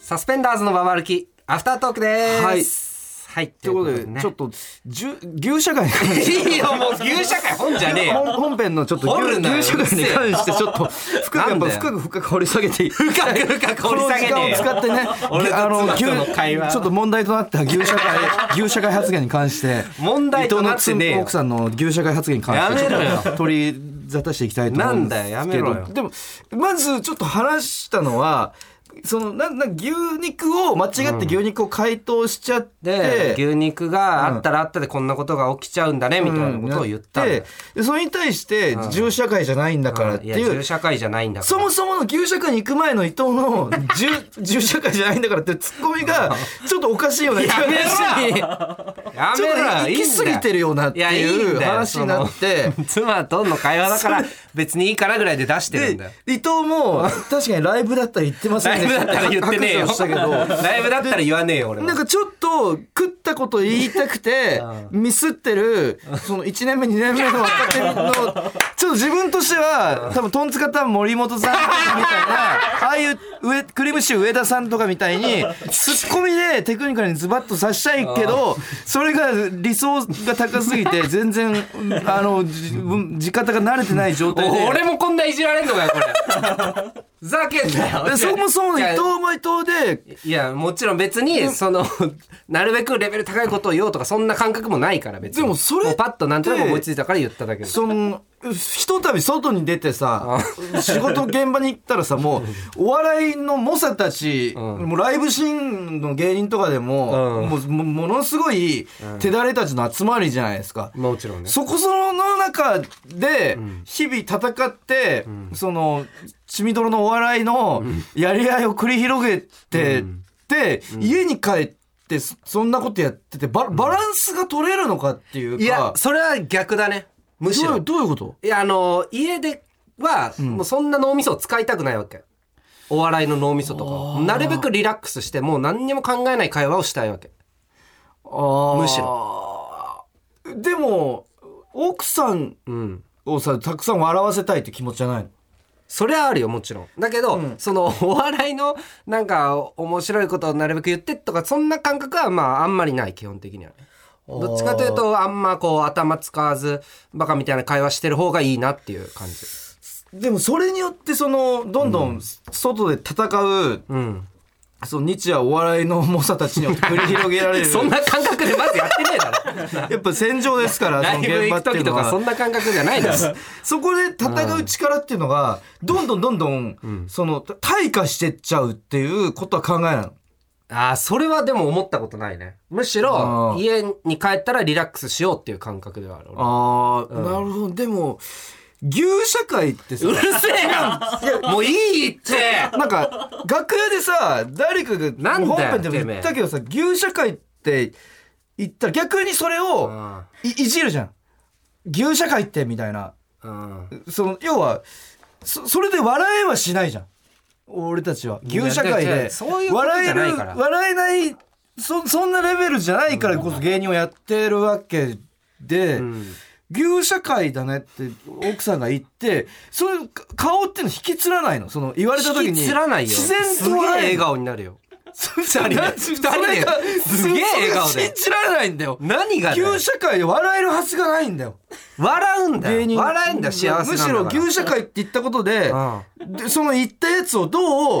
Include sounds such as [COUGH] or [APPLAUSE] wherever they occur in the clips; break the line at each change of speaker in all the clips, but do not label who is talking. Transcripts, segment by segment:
サスペンダーズのババ歩きアフタートークですはい、はい、
ということで、
ね
ちょっとじゅ牛社会に関して
いいよもう牛社会本じゃねえよ
本本編のちょっと
掘る
牛
なよ
牛社会に関してちょっと深くや
な
っ
んだ
ぱ
よ
深く深く掘り下げてい
深く深く掘り下げ
この
ね
時間を使ってね
俺と
あの
妻
牛
との会話
ちょっと問題となった牛社会牛社会発言に関して
問題となってねえ
伊藤
よ
の奥さんの牛社会発言に関してち
やめろよ
ょっと取り沙汰していきたいと思うんですけど
なんだよやめろよ
でもまずちょっと話したのはそのなな牛肉を間違って牛肉を解凍しちゃっ
で
て、
牛肉があったらあったでこんなことが起きちゃうんだねみたいなことを言ったんだよ
でそれに対して銃社会じゃないんだからって
い
い
や
う、
銃社会じゃないんだか
そ
ら
もそもの牛社会に行く前の伊藤の
[LAUGHS]
銃銃社会じゃないんだからってツッコミがちょっとおかしいよね
やめろ
[LAUGHS] ちょっ
や
と
めろ
なんか行き過ぎてるよなって
いやいいんだ
いう
よ
話になって
その妻との会話だから別にいいからぐらいで出してるんだよ
で伊藤も確かにライブだったら行ってませ
ラ
ん
イブだ
し
ったら言ってねえよ
白状したけど
ライブだったら言わねえよ俺も
なんかちょっと食ったこと言いたくてミスってるその1年目2年目の若手のちょっと自分としては多分トンツカタン森本さんみたいな [LAUGHS] ああいう上クリームシチュー上田さんとかみたいにツッコミでテクニカルにズバッと刺したいけどそれが理想が高すぎて全然あのじ地方が慣れてない状態で
[LAUGHS] お。俺もこんないじられんのかよ
[LAUGHS]
これふざけんなよ
でそもそもの伊藤も伊藤で
いやもちろん別にそのなるべくレベル高いことを言おうとかそんな感覚もないから別に
でもそれ
うパッとなんとなく思いついたから言っただけで
そのひとたび外に出てさ仕事現場に行ったらさも
[LAUGHS]
うお笑いの猛者たち、もうライブシーンの芸人とかでも,、
うん
もうもものすごい手だれたちの集まりじゃないですか。
もちろんね
そこその中で日々戦って、その血みどろのお笑いのやり合いを繰り広げて、で家に帰ってそそんなことやっててババランスが取れるのかっていうか、
いやそれは逆だねむし
どう
ろ
どういうこと
いやあの家ではもうそんな脳みそを使いたくないわけ、お笑いの脳みそとかをなるべくリラックスしてもう何にも考えない会話をしたいわけむ
む
し
ろでも奥さん
うん
をさたくさん笑わせたいって気持ちじゃないの
それはあるよもちろんだけど、その [LAUGHS] お笑いのなんか面白いことをなるべく言ってとかそんな感覚はまああんまりない基本的にはどっちかというとあんまこう頭使わずバカみたいな会話してる方がいいなっていう感じ
でもそれによってそのどんどん外で戦う、
うん
その日夜お笑いの猛者たちに繰り広げられ [LAUGHS] る
そんな感覚でまずやってねえだろ
[LAUGHS] やっぱ戦場ですから
ラ
そ
イ
の
ブ
現
行
場っ
く
てい
時
う
と
の
かそ
は
んな感覚じゃないだろ
[LAUGHS] そこで戦う力っていうのがどんどんどんどん、その退化してっちゃうっていうことは考えないの
ああ、それはでも思ったことないね。むし
あ
ろ、
ー
家に帰ったらリラックスしようっていう感覚ではある。俺
あー、なるほどでも牛社会ってさ
うるせえ
[LAUGHS]
なもういいって
なんか楽屋でさ誰かが
なんだよ
本編でも言ったけどさ牛社会って言ったら逆にそれを
う。
いいじるじゃん牛社会ってみたいなんその要はそそれで笑えはしないじゃん俺たちは牛社会
いや違う違
で
うそういうこと
笑
じ
え
ゃない
る
から
笑えないそそんなレベルじゃないからこそ芸人をやってるわけで、
ん
牛社会だねって奥さんが言ってそういうか顔っていうの引き連らないのその言われた時
引
に
きつらないよ。
自然
す
と
げえ
笑え
笑
る
顔になるよ。
二
人で二人ですげえ笑顔で
信じられないんだよ
何がだよ
牛社会で笑えるはずがないんだよ
笑うんだ
芸人
よ。笑えんだよ、幸せなんだから。
むしろ牛社会って言ったことででその言ったやつをど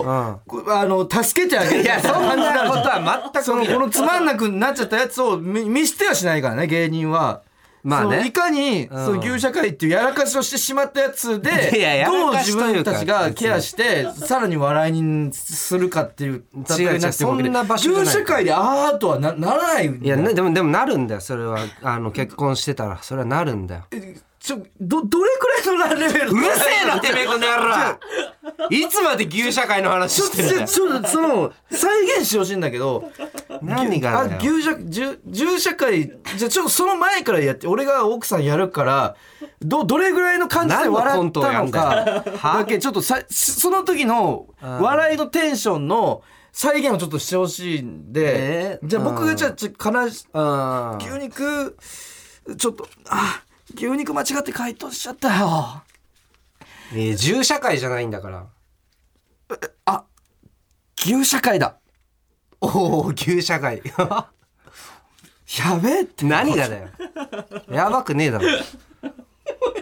う
う
ん
こあの助けてあげる
いや、そん
感じに
な
る
こ
じゃん
とは全く
その
起き
こ
ない
のつまんなくなっちゃったやつを見見捨てはしないからね芸人は。
まあね
そのいかに、
ん
その牛社会っていうやらかしをしてしまったやつ
[LAUGHS] いや
で
や
ど
ら
う
か
自
しとい
分
うか
たちがケアしてさらに笑いにするかっていう戦いになってるわけで
違う違うそんな場所じゃない
牛社会であーとはなならないんだ
いや、
よ
ねでも、でもなるんだよ、それは。あの、結婚してたら、それはなるんだよ。
ちょどどれくらいのレベル
うるせえな、てめえこの野郎いつまで牛社会の話
ちょ
してん
ち
だ
ょ
よ。
ちょっとその再現してほしいんだけど
何がだよ
あ牛社牛牛社会じゃあちょっとその前からやって俺が奥さんやるからどどれぐらいの感じで
何の
笑
コ
っ
ントを
た
や
の
んだよ
かだけちょっとさその時の笑いのテンションの再現をちょっとしてほしいんで、
えー
じゃあ僕がじゃあちょっと悲し
うん
牛肉ちょっとあ牛肉間違って解凍しちゃったよ。
えー、銃社会じゃないんだから。
牛社会だ
おお旧社会 [LAUGHS]
やべえって
何がだよやばくねえだろ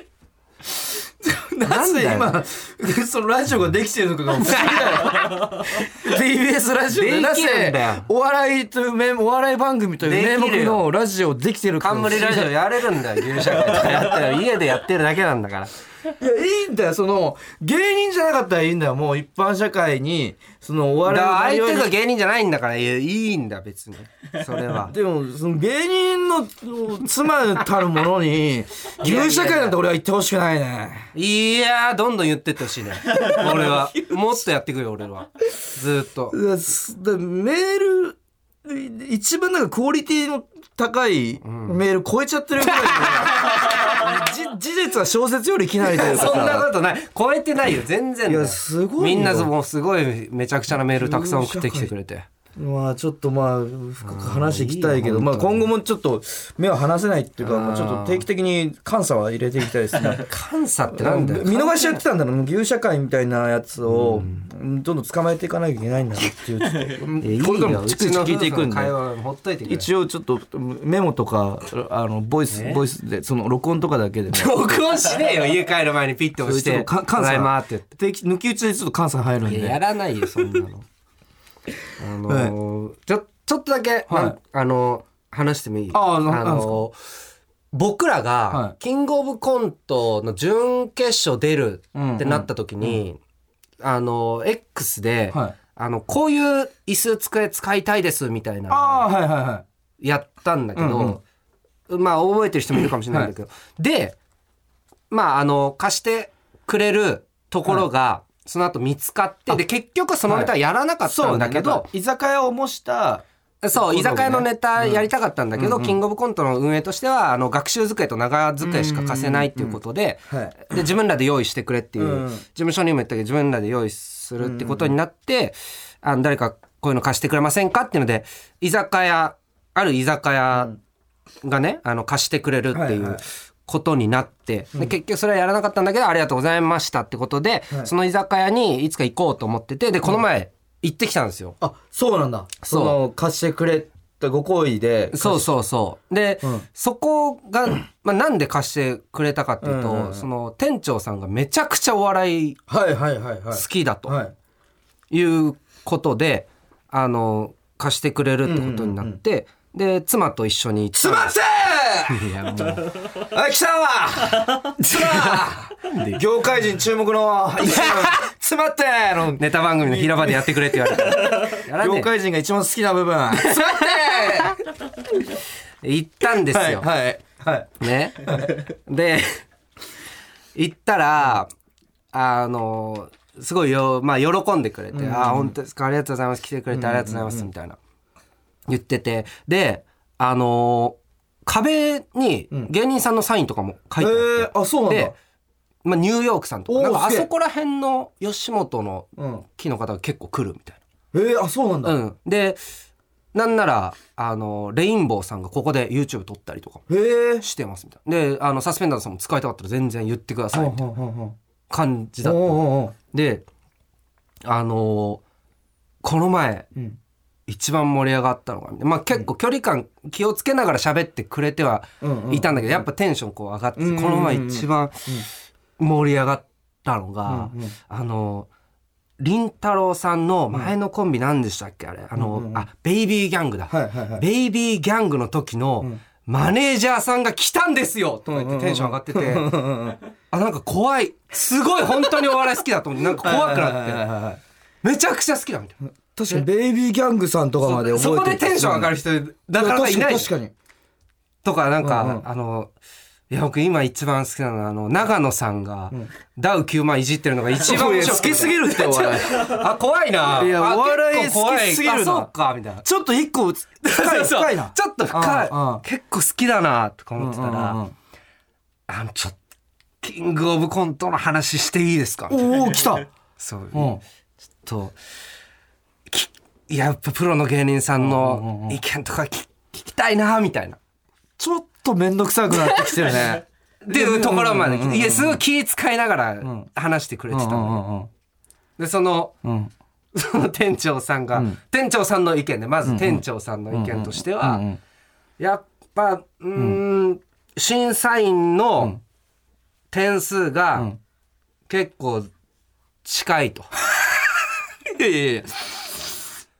[LAUGHS] なぜ
なん
今 [LAUGHS] そのラジオができてるのかが不思議 [LAUGHS] だよ TBS ラジオがな
できるんだ
ぜ
よ
お笑いという名お笑い番組という名
でき
目
る
の
よ
ラジオできてるか
冠ラジオやれるんだよ旧社会とかやってる家でやってるだけなんだから
いやいいんだよその芸人じゃなかったらいいんだよもう一般社会にそのお笑い
だ
の
から
内容
相手
に
が芸人じゃないんだからいやいいんだ別にそれは
でもその芸人の妻たるものに旧社会なんて俺は言ってほしくないね
いやーどんどん言ってってほしいね俺はもっとやってくよ俺はずーっと
いやすだメールい一番なんかクオリティの高いメール超えちゃってるぐらい
[LAUGHS]
で、じ事実は小説よりきなりというか
そんなことない超えてないよ全然だよ
いやすごいよ
みんなもうすごいめちゃくちゃなメールたくさん送ってきてくれて
まあちょっとまあ深く話していきたいけど
うんいい
ま
よ
あ今後もちょっと目は離せないっていうか
うん
もうちょっと定期的に監査は入れていきたいです
[LAUGHS]
ね
監査ってなんだよ
見逃しちゃってたんだろう牛社会みたいなやつをうんどんどん捕まえていかなきゃいけないんだなっていう
[LAUGHS]
ちょっと
いやいいよ
これからもチクチク聞いていく
うんちの夫婦の
で
会話ほっといてくれ
一応ちょっとメモとかあのボイスボイスでその録音とかだけでも
録音しねえよ家帰る前にピッて押し
ちょ
て
っとか
た
関
だ
西
いま」って言って
定期抜き打ちでちょっと関西入るん
いや
で
やら
[LAUGHS]
ないよそんなのあのーちょちょっとだけ、
はい
なんあのー話してもいい
あーななんですか
のー僕ら
は
が
い
キングオブコントの準決勝出るってなった時に、あのー X で、
はい
あのこういう椅子机使いたいですみたいな
ああーはいはいは
やったんだけど、
うん
まあ覚えてる人もいるかもしれないんだけど、でまああの貸してくれるところが、その後見つかってで結局そのネタはやらなか
い
ったんだけど、
居酒屋を模した
そう、
ね
居酒屋のネタやりたかったんだけど、キングオブコントの運営としてはあの学習机と長机しか貸せないっていうことで,、
うんうんうんは
で自分らで用意してくれっていう、
うん
事務所にも言ったけど自分らで用意するってことになって、あの誰かこういうの貸してくれませんかっていうので居酒屋ある居酒屋がね、あの貸してくれるっていう。
はいはい
ことになって、で結局それはやらなかったんだけど、ありがとうございましたってことで、その居酒屋にいつか行こうと思っててでこの前行ってきたんですよ、
あそうなんだ
そう
その貸してくれたご好意で
そうそうそうで、
ん
そこが、まあ、なんで貸してくれたかっていうと、
うんうんうん
その店長さんがめちゃくちゃお笑い
はいはいはいはい
好きだと
はい
いうことで、あの貸してくれるってことになって、で妻と一緒に行っ
すまんせ
た
ー
いやもう
あ来たわつま業界人注目の [LAUGHS] つまっての
[LAUGHS] ネタ番組の平場でやってくれって言われた [LAUGHS] やらね
業界人が一番好きな部分つまって
え行ったんですよ、
はいはい
ね。で、行ったら、あの、すごいよ、まあ、喜んでくれて、ああ、本当ですか、ありがとうございます、来てくれてありがとうございます、みたいな。言ってて、で、あの、壁に芸人さんのサインとかも書いてあって、
えーあそうなんだ
で、まあ、ニューヨークさんと
お
か、
ー
なんかあ
すげえ
そこら辺の吉本の
うん
木の方が結構来るみたい
えー、あそうなんだ
な。うん。で、なんなら、あの、レインボーさんがここで YouTube 撮ったりとかも
へえ
してますみたいなであのサスペンダーズさんも使いたかったら全然言ってくださいみたいな感じだったであのーこの前
ん
一番盛り上がったのがまあ結構距離感気をつけながら喋ってくれては
うんうん
いたんだけどやっぱテンションこう上がってて
うんうんうん
この前一番盛り上がったのがあのー凛太郎さんの前のコンビ何でしたっけあれあのあベイビーギャングだ
はいはいはい
ベイビーギャングの時のマネージャーさんが来たんですよとか言ってテンション上がってて、あ、なんか怖い。すごい本当にお笑い好きだと思って、なんか怖くなって、
なって
めちゃくちゃ好きだみたい
確かにベイビーギャングさんとかまで
な。そ
覚え
こ
て
でテンション上が
る
る人、なかなかいない
確かに
とか、なん
うんう
か、
ん
あの、いや、僕今一番好きなのは、あの、長野さんが、ダウ9万いじってるのが一番面
[LAUGHS]
白
好きすぎる
[LAUGHS]
ってお笑い
あ、怖いな。
いや
あ
お笑い
結構怖
好きすぎるな
あ、そうか、みたいな。
ちょっと一
[LAUGHS]
個深い深いな
ちょっと深い
うんうん。
結構好きだな、とか思ってた
うん
ら
う、ん
あの、ちょっと、キングオブコントの話していいですかみたいな
うんおお来
[LAUGHS]
た
そう、
ん
ちょっと、きやっぱプロの芸人さんの意見とかき聞きたいな、みたいな。
ちょっと面倒くさくなってきて
[LAUGHS]
るね
っていうところまで来て、いや、すごい気遣いながら話してくれてたのね。
ん
で、その、
うん
その店長さんが、
うん
店長さんの意見でまず店長さんの意見としては、
うんうん
やっぱうーん、審査員の点数
う
が
ん
結構近いと、
[LAUGHS] いやいや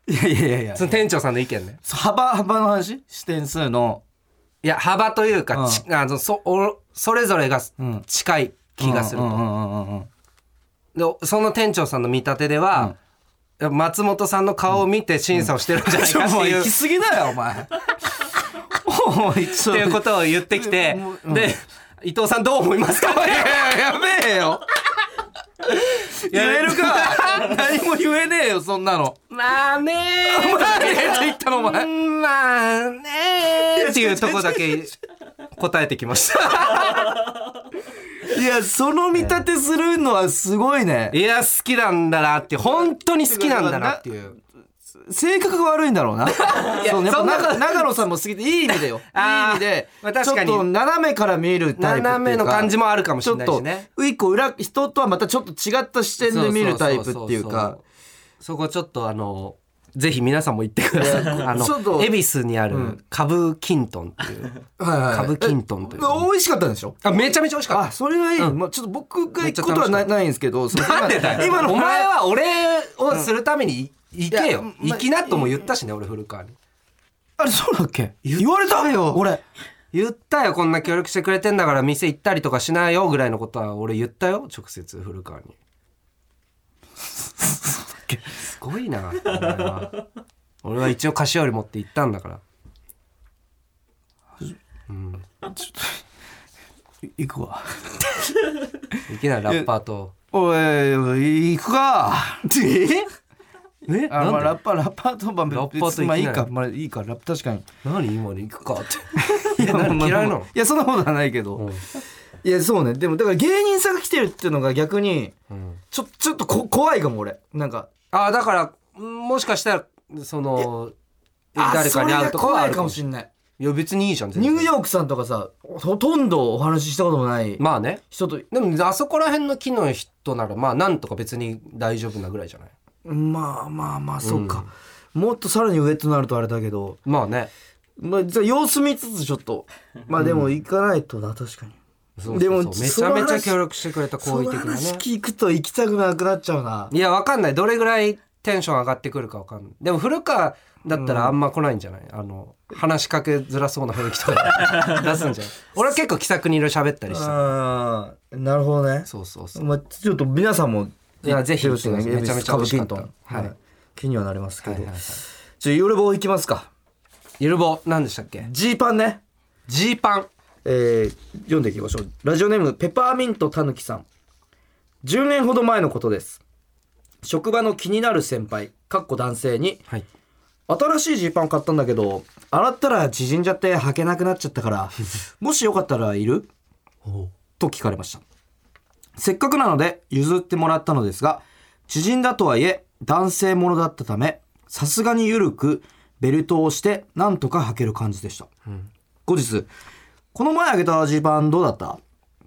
いやいやいやいやいや
その店長さんの意見ね
幅幅の話視点数の
いや幅というか、ちあのそおそれぞれが
うん
近い気がすると、
うんうんうんうんうん
でその店長さんの見立てでは、松本さんの顔を見て審査をしてるんじゃない
[LAUGHS] ちょ
かって
もう
いう、
行き過ぎだよお [LAUGHS] 前お前ち
っ
ょ
ていうことを言ってきて、で、伊藤さんどう思いますかって
[LAUGHS] いややべえよ言えるか何も言えねえよそんなの
[LAUGHS] まあね
お前って言ったの
ー。
お前
うんまあねーっていうとこだけ答えてきました。
[LAUGHS] いやその見立てするのはすごいね
いや、好きなんだなって、本当に好きなんだなっていう。
性格が悪いんだろうなそうや
そ
っぱ
んなこと
な長野さんも好きでいい意味だ [LAUGHS] よいい
あー
意味で
まあ確かに
ちょっと斜めから見るタイプっていうか
斜めの感じもあるかもし
ちょ
れな
っ
い
と
しね。
一個裏人とはまたちょっと違った視点で見るタイプっていうか
そこちょっとあのぜひ皆さんも行ってくださいあ
ちょっと
の恵比寿にあるカブキントンっていう
はいはい
カブキントンという
え美味しかったんでしょ
あめちゃめちゃ美味しかった
あそれはいい、まあ、ちょっと僕が行くことは
め
な
っちゃ楽しかっ
いないんですけどその今
なんでだよ
今の
お前は俺をするためにい行けよ、
いやま
行きなとも言ったしね俺古川に
あれそうだっけ言われたよ俺
言ったよこんな協力してくれてんだから店行ったりとかしないよぐらいのことは俺言ったよ直接古川にすごいなお前は俺は一応菓子折り持って行ったんだから
行くわ
いきなりラッパーと
おい行くかえ
え
あ
なん
まあ
で
ラッパーラッパーとまあ
ラッパーと
別にまあいい
行きな
か
よ
まあいいかラップ確かに
何今に行くかっていや
まあ
何
まあ
嫌いな
まあ
の
[LAUGHS] いやそんなことはないけど、
ん
いやそうねでもだから芸人さんが来てるっていうのが逆に
うん
ちょちょっとこ怖いかも俺なんか
あだからもしかしたらその
あ
誰かに会うとかはあ
それが怖い
る
か
かも
も
し
しんない
れないいや別にいいじゃん全
ニ
然
ューヨークさんとかさほとんどお話ししたこともない
まあね
人と
でもあそこら辺の木の人ならまあなんとか別に大丈夫なぐらいじゃない
まあまあまあそうか、もっとさらに上となるとあれだけど
まあね
まあじゃあ様子見つつちょっとまあでも行かないとな確かに、
そうそうそう
でも
め
そ
ちゃ
の
めちゃ
話
協力してくれた
そ
好意
の
的なね
話聞くと行きたくなくなっちゃうない
やわかんないどれぐらいテンション上がってくるかわかんないでも古川だったらあんま来ないんじゃない、あの話しかけづらそうな雰囲気とか [LAUGHS] 出すんじゃない俺は結構気さくにいろいろ喋ったりした
あーなるほどね
そうそうそう
まあちょっと皆さんも
いやぜひ
行ってほしいね
めちゃめちゃ美味しかった
カブキントン
はい
はい、気にはなりますけど、
はいはいはい
じゃあ夜棒行きますか
ゆるぼ何でしたっけ
ジーパンね
ジーパン
えー読んでいきましょうラジオネームペパーミントたぬきさん10年ほど前のことです職場の気になる先輩かっこ男性に
はい
新しいジーパン買ったんだけど洗ったら縮んじゃって履けなくなっちゃったからもしよかったらいると聞かれましたせっかくなので譲ってもらったのですが縮んだとはいえ男性ものだったためさすがに緩くベルトをしてなんとか履ける感じでした、後日「この前あげたジーパンどうだった?」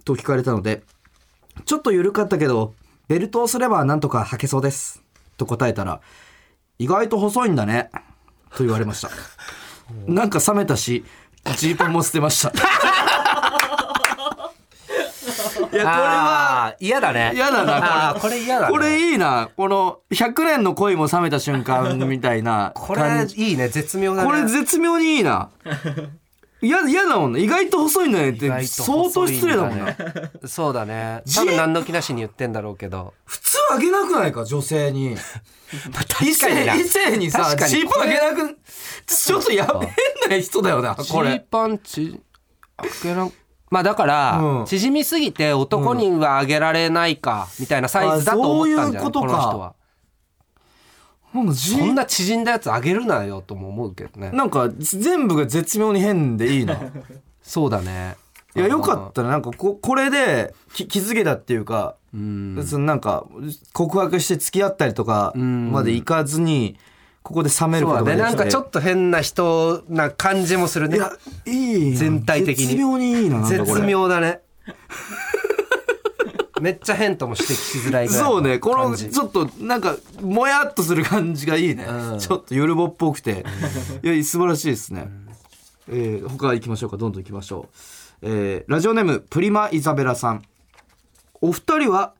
と聞かれたので「ちょっと緩かったけどベルトをすればなんとか履けそうです」と答えたら「意外と細いんだね」と言われました [LAUGHS] なんか冷めたしジーパンも捨てましたいやこれは
あー嫌だね
嫌だな
あーこれ嫌だね
[LAUGHS] これいいなこの100年の恋も冷めた瞬間みたいな
こ
感
れ
じ
いいね絶妙だね
これ絶妙にいい [LAUGHS] ないや嫌だもんね意外と細いんだねっ
意
て
外と
相当
細いん
失礼だもんな、
そうだね多分何の気なしに言ってんだろうけど
普通あげなくないか女性 [LAUGHS] に異
かに
性
な
異性にさ
確かに
ジーパンあげなくちょっとやべえな人だよな
ジ
こ
ー
れ
パンちあげらんまあだから、
うん
縮みすぎて男にはあげられないかみたいなサイズだと思ったんじゃない
あそういうことか
の人は
なんかジ
そん
ー
な縮んだやつあげるなよとも思うけどね
なんか全部が絶妙に変でいい [LAUGHS] な
そうだね
いやよかったななんかここれでき気づけたっていうか
うん
そのなんか告白して付き合ったりとかまでいかずにここで冷め
そ
るこ
うだ
とが
ね
できて
なんかちょっと変な人な感じもする
い
ね
やいいな
全体的に
絶妙にいいななんかこれ
絶妙だねめっちゃ変とも指摘しづらいぐらいの
そうねこ
感
の
じ
ちょっとなんかもやっとする感じがいいね、
うん
ちょっとゆるぼっぽく
[LAUGHS]
て、いや素晴らしいですね、えー他行きましょうかどんどん行きましょう、えーラジオネームプリマイザベラさんお二人は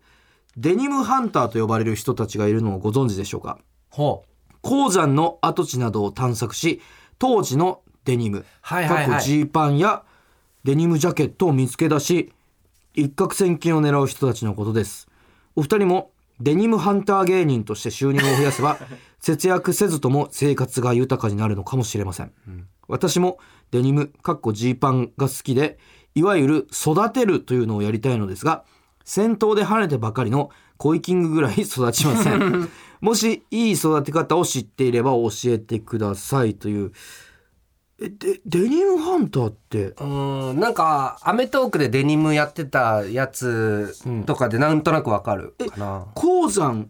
デニムハンターと呼ばれる人たちがいるのをご存知でしょうか
ほう
鉱山の跡地などを探索し当時のデニム
はいはいはい
過去ジーパンやデニムジャケットを見つけ出し一攫千金を狙う人たちのことですお二人もデニムハンター芸人として収入を増や
[LAUGHS]
せば節約せずとも生活が豊かになるのかもしれません、私もデニムかっこジーパンが好きでいわゆる育てるというのをやりたいのですが戦闘で跳ねてばかりのコイキングぐらい [LAUGHS] 育ちませ [LAUGHS] んもしいい育て方を知っていれば教えてくださいというえでデニムハンターって
うーんなんか『アメトーーク』でデニムやってたやつとかでなんとなくわかるかな、
鉱山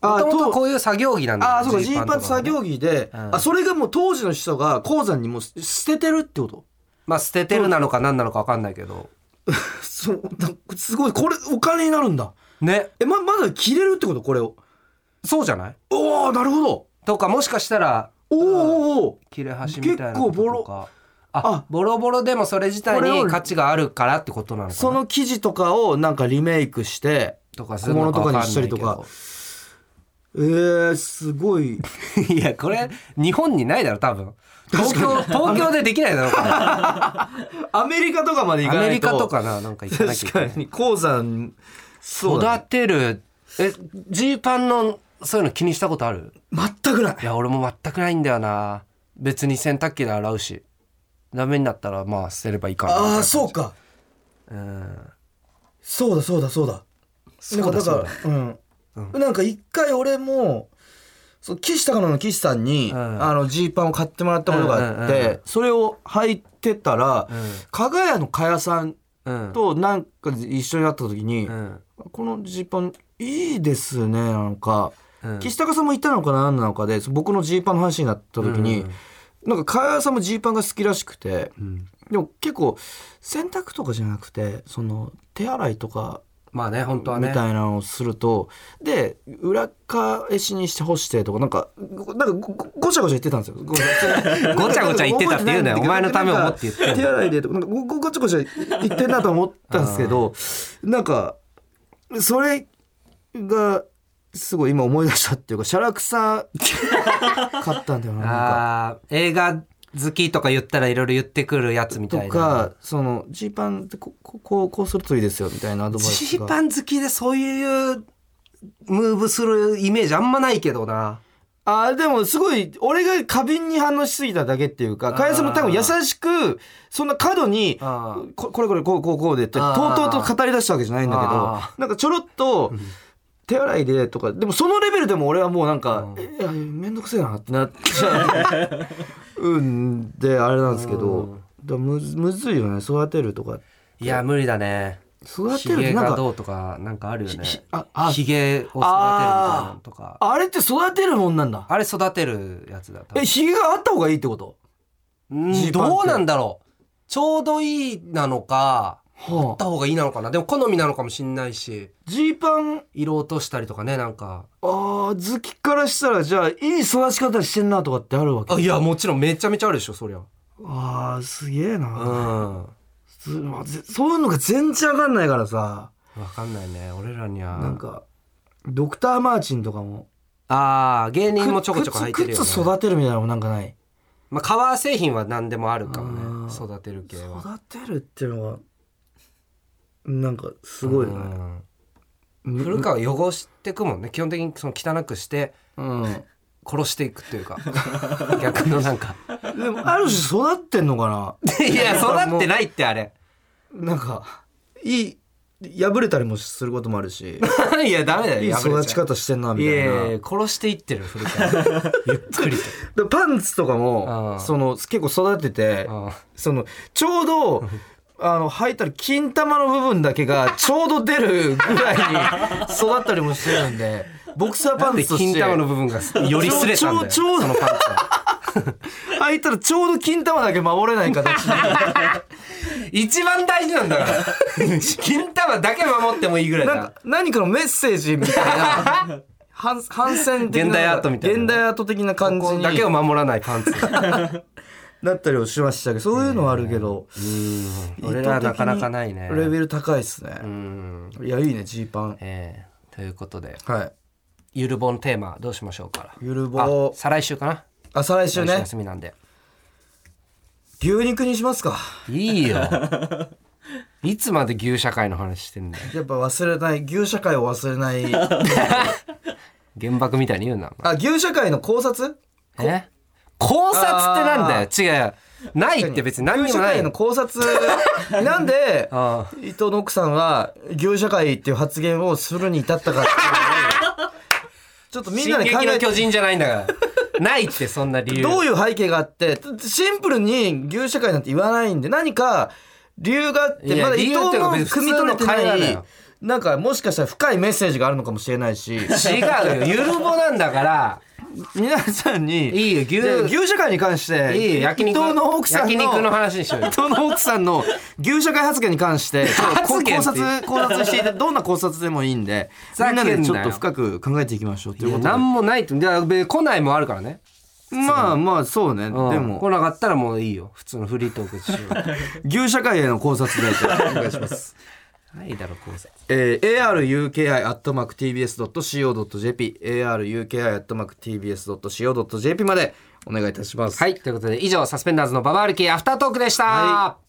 もともと
と
こういう作業着なんだ
あーそうかジーパンと作
ね
業着で、
うん
あそれがもう当時の人が鉱山にもう捨ててるってこと
まあ捨ててるなのか何なのかわかんないけど
[LAUGHS] そうなんかすごいこれお金になるんだ
ね
えままだ着れるってことこれを
そうじゃない
おおなるほど
とかもしかしたら
おーおーおー
切れ端みたいなこととか
結構ボロ
あ
あ
ボロボロでもそれ自体
これを
に価値があるからってことなのかな
その生地とかをなんかリメイクして
とか
小物とかにしたりとかえー、すごい
[LAUGHS] いやこれ日本にないだろ多分東京東京でできないだろこれ
[LAUGHS] [LAUGHS] アメリカとかまで行か
ア
ないと
メリカとかななんか行かなきゃいけ
確か
ない
に鉱山そうだね
育てるえジーパンのそういうの気にしたことある
全くない
いや俺も全くないんだよな別に洗濯機で洗うしダメになったらまあ捨てればいいかな
ああそうか
うん
そうだそうだそうだ
そうだそうだ
なんかだからうん、なんか一回俺もそう岸高野の岸さんに、
うん
あのジーパンを買ってもらったことがあって、
うんうんうん
それを履いてたら、
うん
加賀屋の加谷さん
うん
となんか一緒になった時に、
うん
このジーパンいいですねなんか、
うん
岸高さんも言ったのかな何なのかでそ僕のジーパンの話になった時に、なんか加谷さんもジーパンが好きらしくて、でも結構洗濯とかじゃなくてその手洗いとか
まあね本当は
み
ね
たいなのをすると、で裏返しにして干してとかなんかごなんかごごごちゃごちゃ言ってたんですよ。ご [LAUGHS] ごち
ごちゃごちゃ言ってたって言うなよ
覚え
お前のためを思
な
っ
いんだ
て言って
けど
ん
手
の
洗いでとかなんかごごごちゃごちゃ言ってんなと思ったんですけどなんかそれがすごい今思い出したっていうかしゃらくさかったんだよななんか。
あー映画好きとか言ったらいろいろ言ってくるやつみ
と
たいな
かそのジーパンってこここうこうするといいですよみたいなアドバイスが
ジーパン好きでそういうムーブするイメージあんまないけどな
あーでもすごい俺が過敏に反応しすぎただけっていうか加谷さんも多分優しくそんな過度に
あー
ここれこれこうこうこうでってと
あ
う
ー
とうと語り出したわけじゃないんだけど
あ
なんかちょろっと手洗いでとかでもそのレベルでも俺はもうなんか
うん
えいやめんどくせえなってなっちゃううんであれなんですけどだからむずむずいよね育てるとか
いや無理だね
育て
ヒ
るって
ゲ
なん
が
か
どうとかなんかあるよね
ひああ
ヒゲを育てるみたいなのとかあ
あれって育てるもんなんだ
れ育てるやつだ多分
えひげがあった方がいいってこと
うん
ジーパンって
どうなんだろうちょうどいいなのかあ
は
った方がいいなのかなでも好みなのかもしんないし
ジーパン
色落としたりとかねなんか
ああ、好きからしたら、じゃあ、いい育ち方してんなとかってあるわけ。
あいやもちろんめちゃめちゃあるでしょそりゃ
ああ、すげえ
う
な、
ん
ずまあぜそういうのが全然わかんないからさ、
わかんないね俺らには
なんか、ドクター・マーチンとかも、
ああ芸人もちょこちょこ入ってるよ
靴
ね
靴育てるみたいなのもなんかない。
まあ革製品は何でもあるかも
あ
ね
ー
育てる系は
育てるっていうのは、なんか、すごいよね。
うん
うん
古川は汚してくもんね基本的にその汚くして
うん。
殺していくっていう
[LAUGHS]
か逆のなんか
でも、ある種育ってんのか
いや育ってないってあれ [LAUGHS]
ななんか、いい、破れたりもすることもあ
[LAUGHS]
るし、
いやダメだよ
いい
破れちゃう
育ち方してんな、み
い
たいな。
やいやいや殺していってる古川ゆっくりと
でパンツとか
う
も
ん
その結構育てて
うん
そのちょ
[LAUGHS]
うどあの履いたら金玉の部分だけがちょうど出るぐらいに育ったりもしてる
[LAUGHS]
んでボクサーパ
なん
ン
で
ツとし
金
て
玉の部分がよりすれたんだよ
ちょうちょう
そのパンツは [LAUGHS]
履いたらちょうど金玉だけ守れない形に
い一番大事なんだから
[LAUGHS]
金玉だけ守ってもいいぐらい
なん
だ
か [LAUGHS] 何かのメッセージみたいな [LAUGHS] 反反戦的な
現代アートみたいな
現代アート的な感じ
ここ
に
だけを守らないパン
[LAUGHS]
ツ
なったりをしましたけどそういうのはあるけど、
俺らはなかなかないね
レベル高いですね、
うん
いやいいねジーパン
えーということで
はい
ゆるぼんテーマどうしましょうか
ゆる
あ
ぼ
再来週かな
あ再来週
来週
ね
休みなんで
牛肉にしますか
い
[LAUGHS]
いよいつまで牛社会の話してんだよ
やっぱ忘れない牛社会を忘れない
[LAUGHS] 原爆みたいに言うなお
あ牛社会の考察
前え考察ってなんだよ違うないって別に何に
牛
も
社
な
会
い
の考察な
[LAUGHS]
んで
あ
伊藤の奥さんは牛社会っていう発言をするに至ったかっていうの
[LAUGHS]
をちょっとみん
進
なで考
撃の
えて
巨人じゃないんだからないってそんな理由
どういう背景があってシンプルに牛社会なんて言わないんで何か理由があっ
い
て
や
まだ伊藤の
理由っていうか別に
汲み取れて
普通の会話だ
ない
よ
なんかもしかしたら深いメッセージがあるのかもしれないし
違うよゆるぼなんだから
皆さんに
いいよ牛
じゃあ牛社会に関して
いいよ焼
伊
肉
藤の奥さんの
焼肉の話にしようよ
伊藤の奥さんの牛社会発言に関してちょっとこ
発言
考
って
察考察していたどんな考察でもいいんで
ざ
み
け
ん
んなよ
なでちょっと深く考えていきましょうという
いや
ことで
何もないとじゃあべ来ないもあるからね、
まあまあそうねで
うん、来
も
なかったらもういいよ普通のフリートークしよう
牛社会への考察でお願いします
ないだろ考察
えー、aruki.tbs.co.jp aruki.tbs.co.jp までお願いいたします。
はいということで以上サスペンダーズのババ歩きアフタートークでした、
は